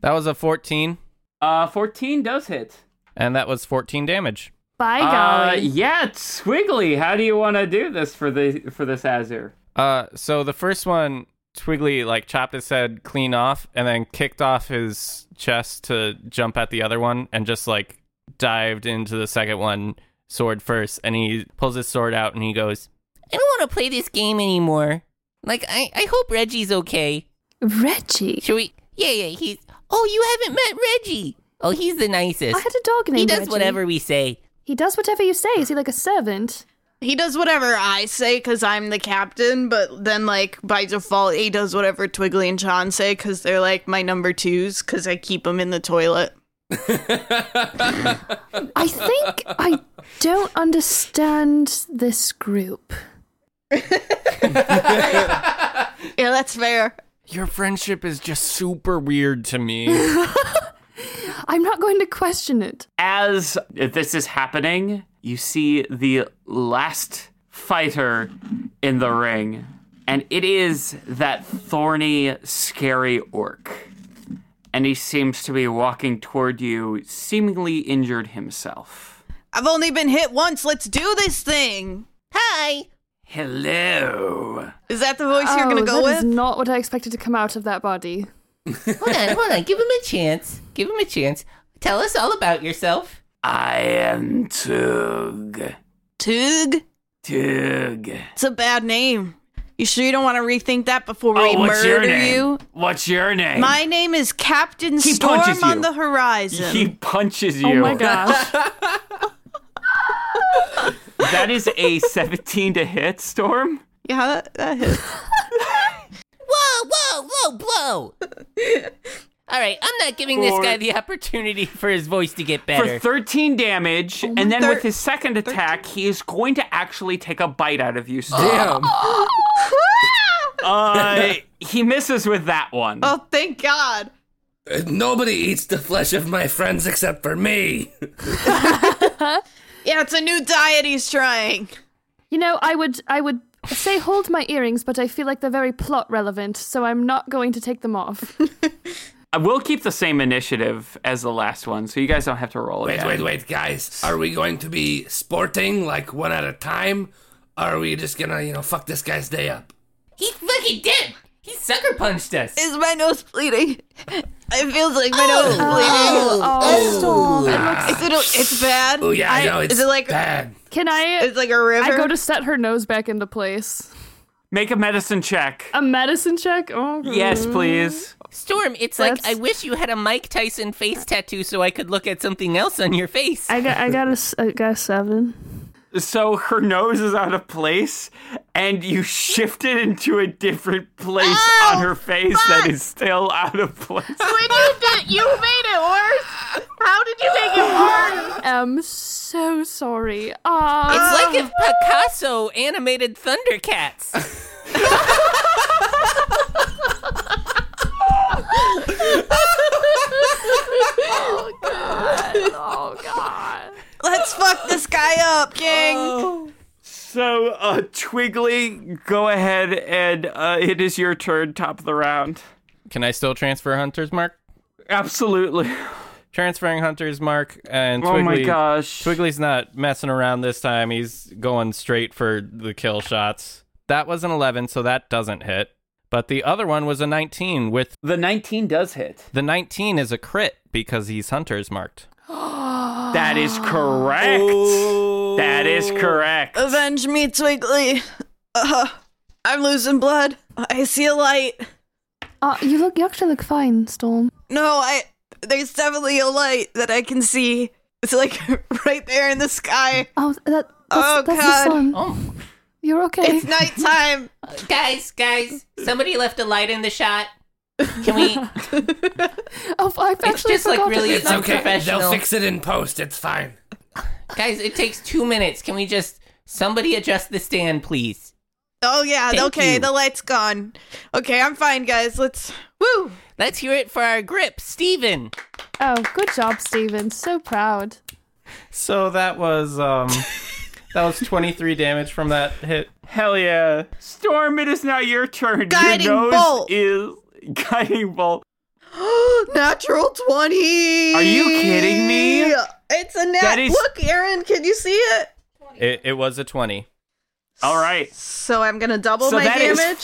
that was a 14, uh, 14 does hit. and that was 14 damage. By Uh, golly. yeah, Twiggly, how do you want to do this for the for this Azir? Uh, so the first one, Twiggly like chopped his head clean off, and then kicked off his chest to jump at the other one, and just like dived into the second one sword first. And he pulls his sword out, and he goes, I don't want to play this game anymore. Like, I, I hope Reggie's okay. Reggie. Should we? Yeah, yeah, he's. Oh, you haven't met Reggie. Oh, he's the nicest. I had a dog named he does Reggie. whatever we say. He does whatever you say. Is he like a servant? He does whatever I say because I'm the captain, but then, like, by default, he does whatever Twiggly and Sean say because they're, like, my number twos because I keep them in the toilet. I think I don't understand this group. Yeah, that's fair. Your friendship is just super weird to me. I'm not going to question it. As this is happening, you see the last fighter in the ring, and it is that thorny, scary orc. And he seems to be walking toward you, seemingly injured himself. I've only been hit once. Let's do this thing. Hi. Hello. Is Oh, that the voice you're going to go Oh, that is with? not what I expected to come out of that body. Hold on, hold on. Give him a chance. Give him a chance. Tell us all about yourself. I am Tug. Tug? Tug. It's a bad name. You sure you don't want to rethink that before Oh, we murder you? What's your name? My name is Captain He Storm punches on you. the Horizon. He punches you. Oh my gosh. That is a 17 to hit, Storm. yeah, that, that hits. Whoa, whoa, low blow. all right, I'm not giving this Or- guy the opportunity for his voice to get For better. 13 Oh damage, and then Thir- with his second attack, he is going to actually take a bite out of you. Storm. Damn. Uh, he misses with that one. Oh, thank God. Uh, Nobody eats the flesh of my friends except for me. Yeah, it's a new diet he's trying. you know, I would I would say hold my earrings, but I feel like they're very plot relevant, so I'm not going to take them off. I will keep the same initiative as the last one, so you guys don't have to roll Wait, again. wait, wait, guys. Are we going to be sporting like one at a time? Or are we just gonna, you know, fuck this guy's day up? he fucking did. He sucker punched us. Is my nose bleeding? It feels like my nose is bleeding. oh, oh, Storm, it looks- Is it a- it's bad. Oh yeah, I, I- know it's is it like bad. can I it's like a river? I go to set her nose back into place. Make a medicine check. A medicine check? Oh yes, please. Storm, it's That's- like I wish you had a Mike Tyson face tattoo so I could look at something else on your face. I got I got a, s- I got a seven. So her nose is out of place, and you shift it into a different place Oh, on her face that is still out of place. you did you made it worse. How did you make it worse? I'm so sorry. Ah, It's like if Picasso animated Thundercats. oh god. Let's fuck this guy up, gang. Oh. So, uh, Twiggly, go ahead and uh, it is your turn, top of the round. Can I still transfer Hunter's Mark? Absolutely. Transferring Hunter's Mark and Twiggly. oh my gosh. Twiggly's not messing around this time. He's going straight for the kill shots. That was an 11, so that doesn't hit. But the other one was a 19 with The 19 does hit. the 19 is a crit because he's Hunter's marked. That is Oh. correct. That is correct. Avenge me, Twiggly. Uh, I'm losing blood. I see a light. Uh, you look you actually look fine, Storm. No, I. There's definitely a light that I can see. It's like right there in the sky. Oh that that's, Oh, that's God. the sun. You're okay. It's nighttime. guys, guys, somebody left a light in the shot. Can we? Oh, I've actually just, like, forgotten really- it's It's not- okay. professional. They'll fix it in post. It's fine. Guys, it takes two minutes. Can we just. Somebody adjust the stand, please. Oh yeah. Thank okay, you. the light's gone. Okay, I'm fine, guys. Let's. Woo. Let's hear it for our grip, Steven. Oh, good job, Steven. So proud. So that was um that was 23 damage from that hit. Hell yeah. Storm, it is now your turn. Guiding your nose bolt. is guiding bolt. Natural twenty. Are you kidding me? It's a nat. That is- Look, Aaron, can you see it? It, it was a 20. All right. So I'm gonna double so my that is damage.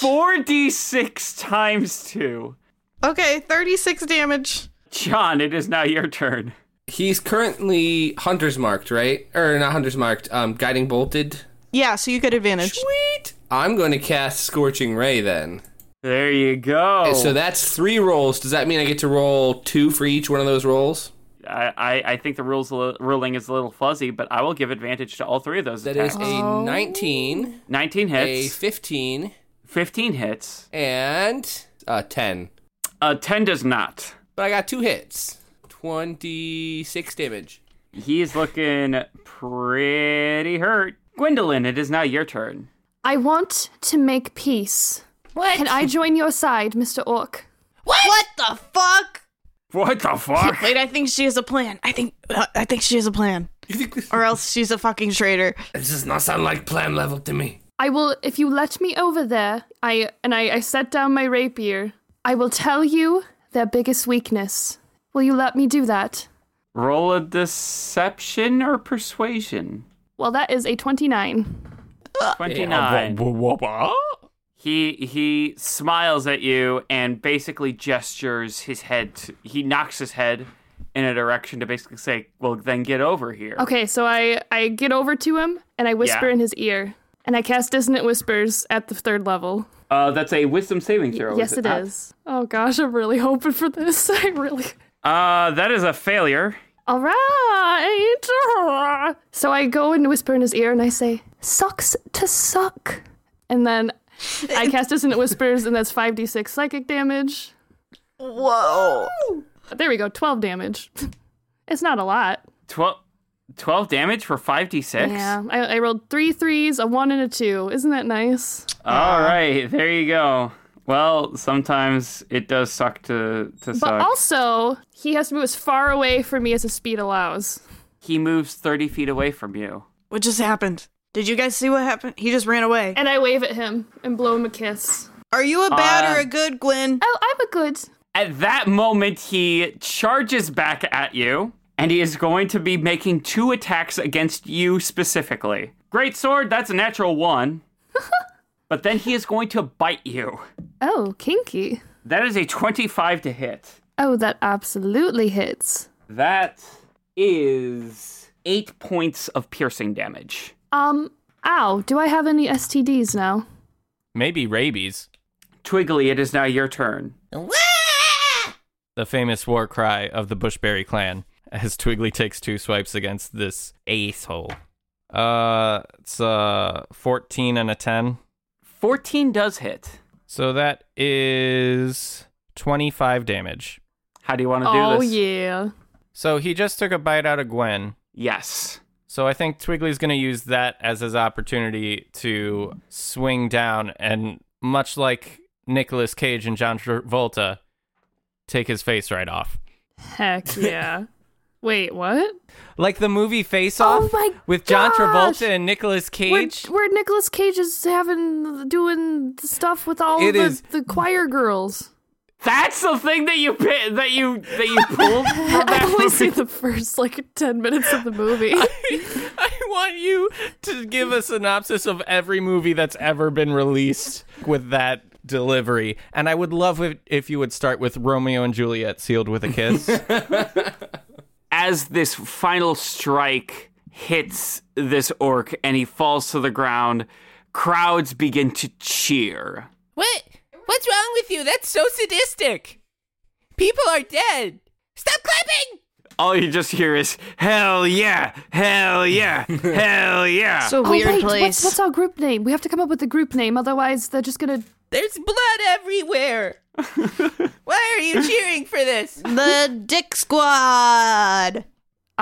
4d6 times 2. Okay, thirty-six damage. John, it is now your turn. He's currently hunter's marked, right? Or not hunter's marked, um, guiding bolted. Yeah, so you get advantage. Sweet. I'm going to cast Scorching Ray then. There you go. So that's three rolls. Does that mean I get to roll two for each one of those rolls? I, I, I think the rules li- ruling is a little fuzzy, but I will give advantage to all three of those That attacks. is a 19, 19 a hits, 15, 15 hits. and a 10. A 10 does not. But I got two hits. 26 damage. He's looking pretty hurt. Gwendolyn, it is now your turn. I want to make peace. What? Can I join your side, Mr. Orc? what? What the fuck? What the fuck? Wait, I think she has a plan. I think uh, I think she has a plan. or else she's a fucking traitor. This does not sound like plan level to me. I will, if you let me over there, I, and I, I set down my rapier, I will tell you their biggest weakness. Will you let me do that? Roll a deception or persuasion? Well, that is a 29. Uh, 29. He he smiles at you and basically gestures his head. To, he knocks his head in a direction to basically say, "Well, then get over here." Okay, so I, I get over to him and I whisper Yeah. in his ear. And I cast Dissonant Whispers at the third level. Uh, that's a wisdom saving throw. yes, is it not? is. Oh gosh, I'm really hoping for this. I really. Uh, that is a failure. All right. So I go and whisper in his ear and I say, sucks to suck. And then I cast Dissonant Whispers, and that's 5d6 psychic damage. Whoa. There we go, 12 damage. It's not a lot. 12, 12 damage for five d six. Yeah, I, I rolled three threes, a one, and a two. Isn't that nice? All right, there you go. Well, sometimes it does suck to to But suck. also, he has to move as far away from me as his speed allows. he moves thirty feet away from you. What just happened? Did you guys see what happened? He just ran away. And I wave at him and blow him a kiss. Are you a bad Uh, or a good, Gwen? Oh, I'm a good. At that moment, he charges back at you, and he is going to be making two attacks against you specifically. Great sword, that's a natural one. but then he is going to bite you. Oh, kinky. That is a 25 to hit. Oh, that absolutely hits. That is eight points of piercing damage. Um, ow, do I have any STDs now? Maybe rabies, Twiggly, it is now your turn. Wah! the famous war cry of the Bushberry clan, as Twiggly takes two swipes against this asshole. Uh, it's uh 14 and a 10. 14 does hit. So that is 25 damage. How do you want to do Oh, this? yeah. So he just took a bite out of Gwen. Yes. So I think Twiggly's going to use that as his opportunity to swing down and, much like Nicolas Cage and John Travolta, take his face right off. Heck yeah. Wait, what? Like the movie Face Off Oh my with John gosh! Travolta and Nicolas Where, Cage. where Nicolas Cage is having doing the stuff with all It the, is- the choir girls. That's the thing that you pi- that you that you pulled from I that only movie. see the first like ten minutes of the movie. I want you to give a synopsis of every movie that's ever been released with that delivery. And I would love if, if you would start with Romeo and Juliet sealed with a kiss. as this final strike hits this orc and he falls to the ground, crowds begin to cheer. What? What's wrong with you? That's so sadistic. People are dead. Stop clapping! All you just hear is "Hell yeah! Hell yeah! Hell yeah!" So weird oh, wait, place. What's, what's our group name? We have to come up with a group name, otherwise they're just gonna. There's blood everywhere. Why are you cheering for this? the Dick Squad. I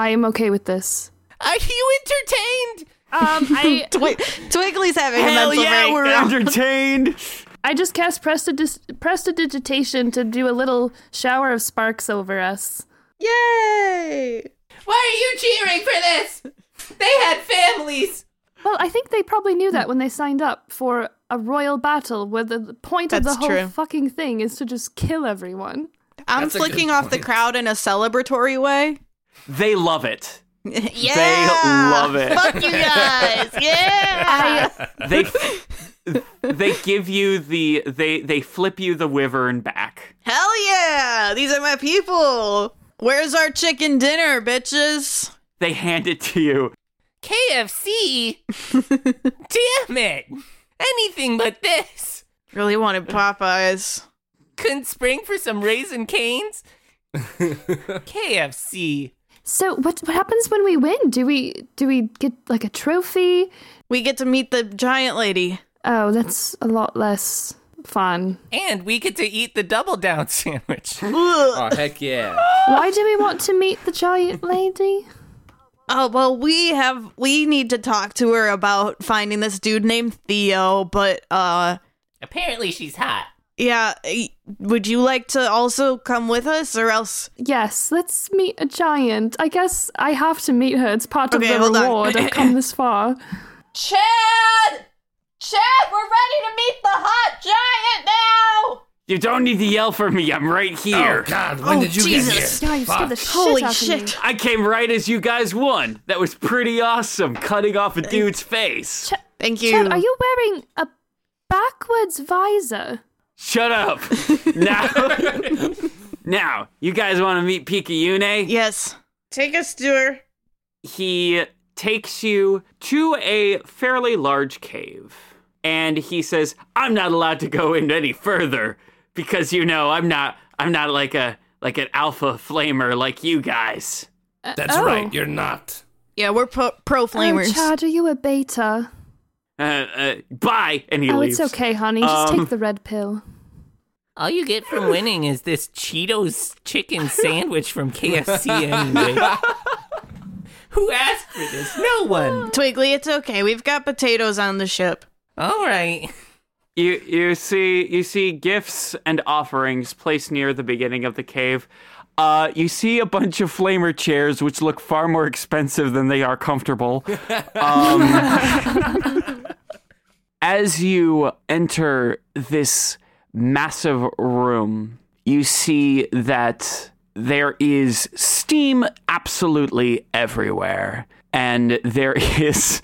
am okay with this. Are you entertained? Um, I Twi- Twiggly's having a Hell mental yeah! We're breakdown. entertained. I just cast prestidis- prestidigitation to do a little shower of sparks over us. Yay! Why are you cheering for this? They had families. Well, I think they probably knew that when they signed up for a royal battle, where the the point of the That's whole true. fucking thing is to just kill everyone. I'm That's a good flicking off the point. crowd in a celebratory way. They love it. yeah, love it. Fuck you guys. Yeah. They they give you the they they flip you the wyvern back. Hell yeah! These are my people. Where's our chicken dinner, bitches? They hand it to you. KFC? Damn it. Anything but this. Really wanted Popeyes. Couldn't spring for some raisin canes? KFC. So what what happens when we win? Do we do we get like a trophy? We get to meet the giant lady. Oh, that's a lot less fun. And we get to eat the double down sandwich. Oh heck yeah! Why do we want to meet the giant lady? Oh well, we have we need to talk to her about finding this dude named Theo. But uh, Apparently she's hot. yeah, y- would you like to also come with us, or else? Yes, let's meet a giant. I guess I have to meet her. It's part Okay, of the hold on. reward. I've come this far. Chad! Chad, we're ready to meet the hot giant now! You don't need to yell for me. I'm right here. Oh, God, when did you Jesus. get Yeah, you scared the shit Holy out of me. shit. I came right as you guys won. That was pretty awesome, cutting off a dude's face. Thank you. Chad, are you wearing a backwards visor? Shut up. Now, now, you guys want to meet Pikayune? Yes. Take us to her. he takes you to a fairly large cave and he says i'm not allowed to go in any further because you know i'm not i'm not like a like an alpha flamer like you guys here? That's oh. right, you're not. Yeah, we're pro, pro Oh, flamers. Chad, are you a beta? uh, uh, bye and he oh, leaves it's okay, honey. Just Um, take the red pill. All you get from winning is this Cheetos chicken sandwich from KFC anyway. Who asked for this? No one. Twiggly, it's okay. We've got potatoes on the ship. All right. You you see you see gifts and offerings placed near the beginning of the cave. Uh, you see a bunch of flamer chairs, which look far more expensive than they are comfortable. Um, as you enter this massive room, you see that there is steam absolutely everywhere, and there is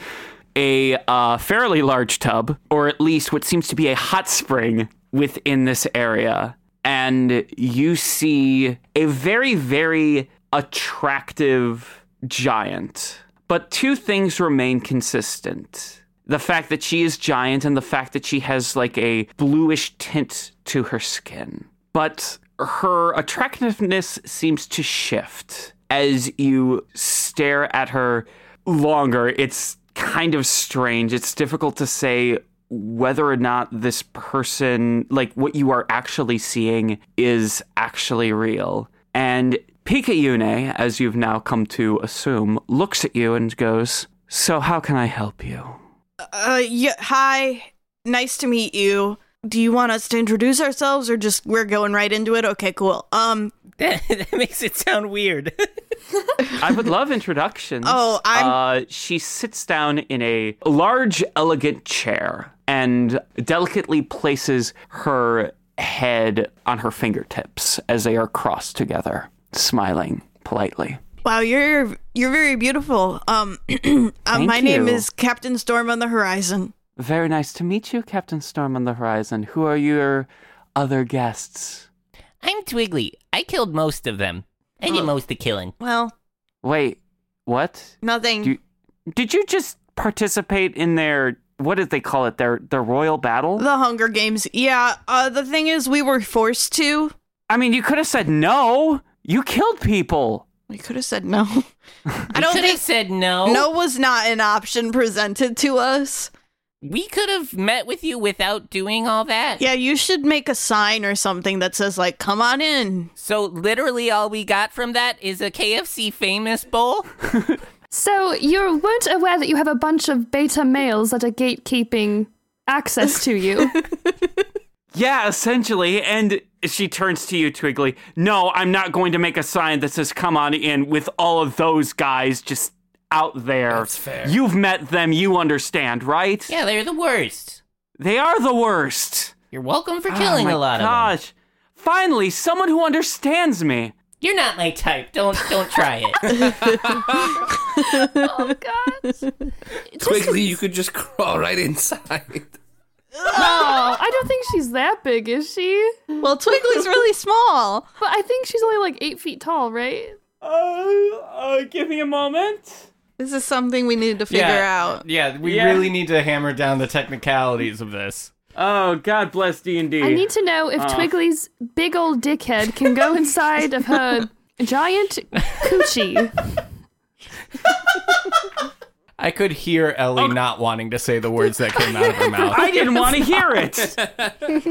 a uh, fairly large tub, or at least what seems to be a hot spring within this area. And you see a very, very attractive giant. But two things remain consistent the fact that she is giant and the fact that she has like a bluish tint to her skin. But her attractiveness seems to shift as you stare at her longer. It's kind of strange. It's difficult to say whether or not this person, like what you are actually seeing, is actually real. And Pikayune, as you've now come to assume, looks at you and goes, So, how can I help you? Uh, yeah, hi. Nice to meet you. Do you want us to introduce ourselves or just we're going right into it? Okay, cool. Um, That, that makes it sound weird. I would love introductions. Oh, I'm- Uh, she sits down in a large, elegant chair and delicately places her head on her fingertips as they are crossed together, smiling politely. wow, you're you're very beautiful. Um, uh, my name you. is Captain Storm on the Horizon. Very nice to meet you, Captain Storm on the Horizon. Who are your other guests? I'm Twiggly. I killed most of them. I did most of the killing. Well, Wait, what? nothing. You- Did you just participate in their what did they call it? Their their royal battle? the Hunger Games. Yeah. Uh, the thing is, we were forced to. I mean, you could have said no. You killed people. We could have said no. I don't Could think have said no. no was not an option presented to us. We could have met with you without doing all that. Yeah, you should make a sign or something that says like, "Come on in." So literally all we got from that is a KFC famous bowl. So you weren't aware that you have a bunch of beta males that are gatekeeping access to you. Yeah, essentially. And she turns to you, Twiggly. No, I'm not going to make a sign that says "Come on in" with all of those guys just out there. That's fair. You've met them. You understand, right? Yeah, they're the worst. They are the worst. You're welcome for killing oh my a lot of them. gosh. Finally, someone who understands me. You're not my type. Don't don't try it. oh God! Just- Quickly, you could just crawl right inside. Oh, I don't think she's that big, is she? Well, Twiggly's really small. But I think she's only like eight feet tall, right? Oh, uh, give me a moment. This is something we need to figure out. Yeah, we Yeah. really need to hammer down the technicalities of this. Oh, God bless D and I D. need to know if Twiggly's big old dickhead can go inside of her giant coochie. I could hear Ellie not wanting to say the words that came out of her mouth. I didn't want to hear it.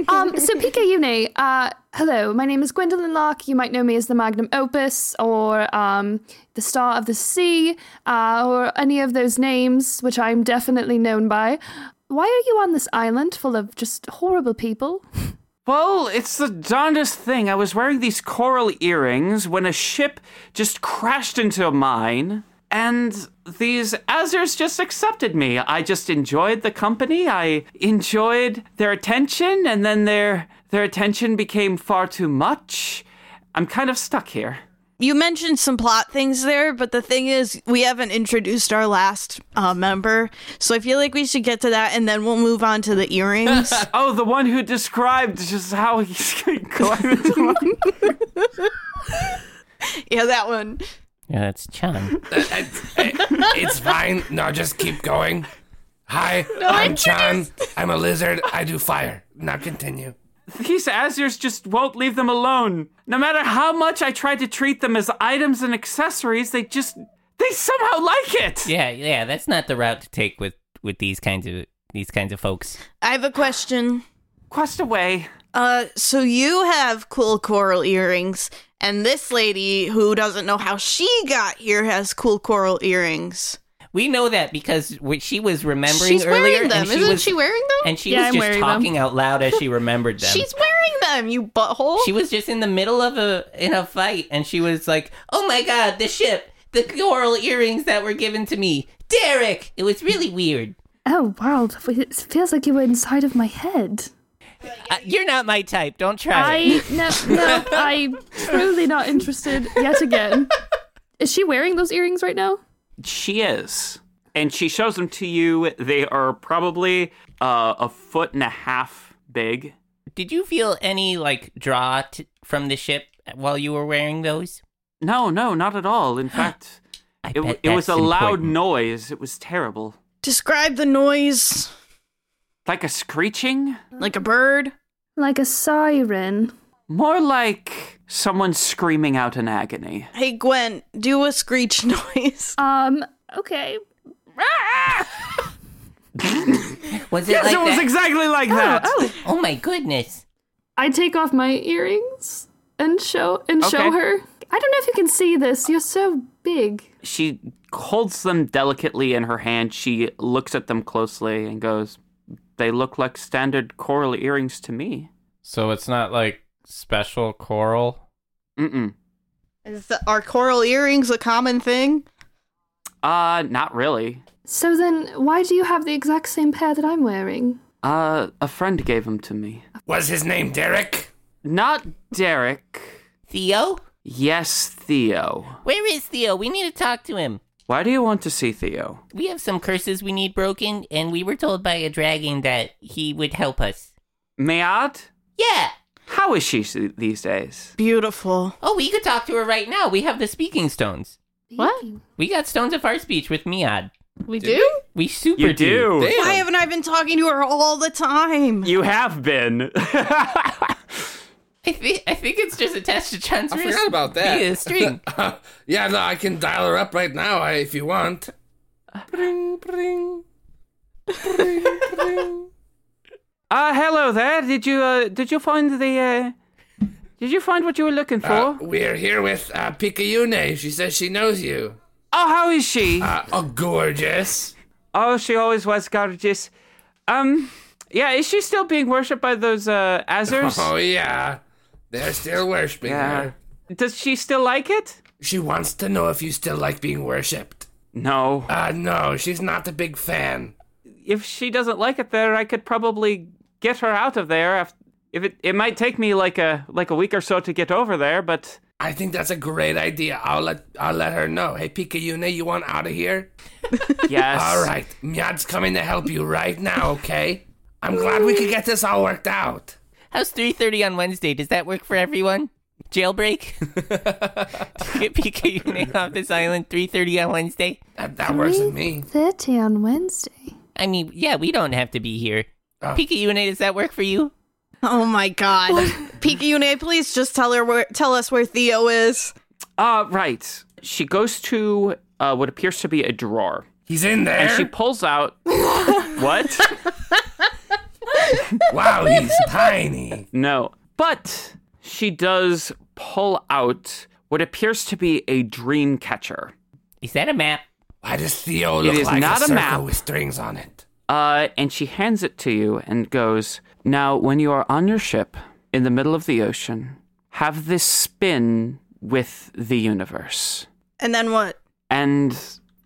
Um, so Pika Yune, uh, hello, my name is Gwendolyn Locke. You might know me as the Magnum Opus or um, the Star of the Sea uh, or any of those names, which I'm definitely known by. Why are you on this island full of just horrible people? Well, it's the darndest thing. I was wearing these coral earrings when a ship just crashed into mine, and these Azers just accepted me. I just enjoyed the company. I enjoyed their attention, and then their their attention became far too much. I'm kind of stuck here. You mentioned some plot things there, but the thing is, we haven't introduced our last uh, member, so I feel like we should get to that, and then we'll move on to the earrings. Oh, the one who described just how he's going to climb into mine. yeah, that one. Yeah, that's Chun. It's fine. No, just keep going. Hi, I'm Chan. I'm a lizard. I do fire. Now continue. These Azirs just won't leave them alone. No matter how much I try to treat them as items and accessories, they just they somehow like it. Yeah, yeah, that's not the route to take with with these kinds of these kinds of folks. I have a question. Quest away. Uh, so you have cool coral earrings, and this lady who doesn't know how she got here has cool coral earrings. We know that because wh- she was remembering She's earlier, wearing them, and she isn't was she wearing them? and she Yeah, I'm was just wearing them. talking out loud as she remembered them. She's wearing them, you butthole. she was just in the middle of a in a fight, and she was like, "Oh my god, the ship, the coral earrings that were given to me, Derek." It was really weird. Oh, wow, it feels like you were inside of my head. Uh, you're not my type. Don't try it. I no no I truly not interested yet again. Is she wearing those earrings right now? She is. And she shows them to you. They are probably uh, a foot and a half big. Did you feel any like draw t- from the ship while you were wearing those? No, no, not at all. In fact, I it, bet it was a that's loud important. noise. It was terrible. Describe the noise Like a screeching? like a bird. Like a siren. More like someone screaming out in agony. Hey, Gwen, do a screech noise. Um. Okay. Ah! Was it Yes, like it was that? exactly like that. oh my goodness. I take off my earrings and show and show Okay. her. I don't know if you can see this. You're so big. she holds them delicately in her hand. She looks at them closely and goes, They look like standard coral earrings to me. So it's not like special coral. Mm-mm. Is the, are coral earrings a common thing? Uh, not really. So then, why do you have the exact same pair that I'm wearing? Uh, a friend gave them to me. Was his name Derek? Not Derek. Theo? Yes, Theo. Where is Theo? We need to talk to him. Why do you want to see Theo? We have some curses we need broken, and we were told by a dragon that he would help us. Mayad? Yeah. How is she s- these days? Beautiful. Oh, we could talk to her right now. We have the speaking stones. What? We got stones of our speech with Miad. We do? We super You do. Why haven't I been talking to her all the time? You have been. I think I think it's just attached to Chan's I wrist forgot about that. via a string. yeah, no, I can dial her up right now I- if you want. uh, hello there. Did you, uh, did you find the, uh, did you find what you were looking for? Uh, we're here with uh, Pikayune. She says she knows you. oh, how is she? Uh, oh, gorgeous. Oh, she always was gorgeous. Um, yeah, is she still being worshipped by those uh, Azers? Oh, yeah. They're still worshiping yeah. her. Does she still like it? She wants to know if you still like being worshipped. No. Uh, no, she's not a big fan. If she doesn't like it there, I could probably get her out of there. If, if it, it might take me like a like a week or so to get over there, but I think that's a great idea. I'll let I'll let her know. Hey, Pikayune, you want out of here? yes. All right, Myad's coming to help you right now. Okay. I'm glad we could get this all worked out. How's three thirty on Wednesday? Does that work for everyone? Jailbreak? To Get PK Unit off this island three thirty on Wednesday. That, that works with me. Thirty on Wednesday. I mean, yeah, we don't have to be here. Ah. Pika Unit, does that work for you? Oh my god. Pika Une, please just tell her where tell us where Theo is. Uh, right. She goes to uh, what appears to be a drawer. He's in there. Er? And she pulls out. what? Wow, he's tiny. No. But she does pull out what appears to be a dream catcher. Is that a map? Why does Theo Oh, look is like not a a circle map. with strings on it? Uh, and she hands it to you and goes, Now, when you are on your ship in the middle of the ocean, have this spin with the universe, And then what? and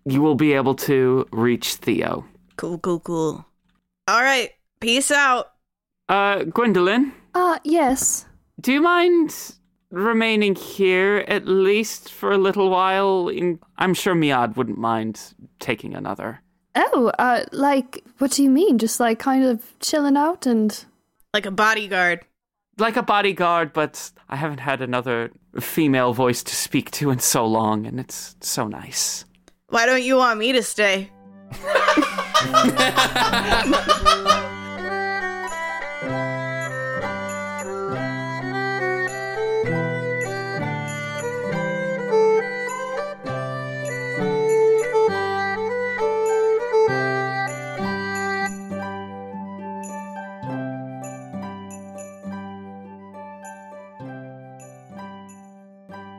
you will be able to reach Theo. Cool, cool, cool. All right. Peace out. Uh, Gwendolyn, Uh, yes. do you mind remaining here at least for a little while? In- I'm sure Miad wouldn't mind taking another. Oh, uh, like, what do you mean? Just like kind of chilling out and. Like a bodyguard. Like a bodyguard, but I haven't had another female voice to speak to in so long, and it's so nice. Why don't you want me to stay?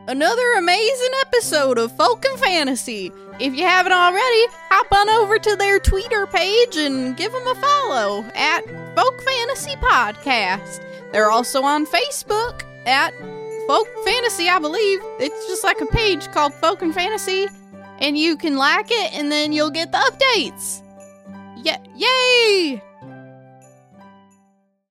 another amazing episode of Folk and Fantasy. If you haven't already, hop on over to their Twitter page and give them a follow at Folk Fantasy Podcast. They're also on Facebook at Folk Fantasy, I believe. It's just like a page called Folk and Fantasy, and you can like it and then you'll get the updates. Yeah, yay!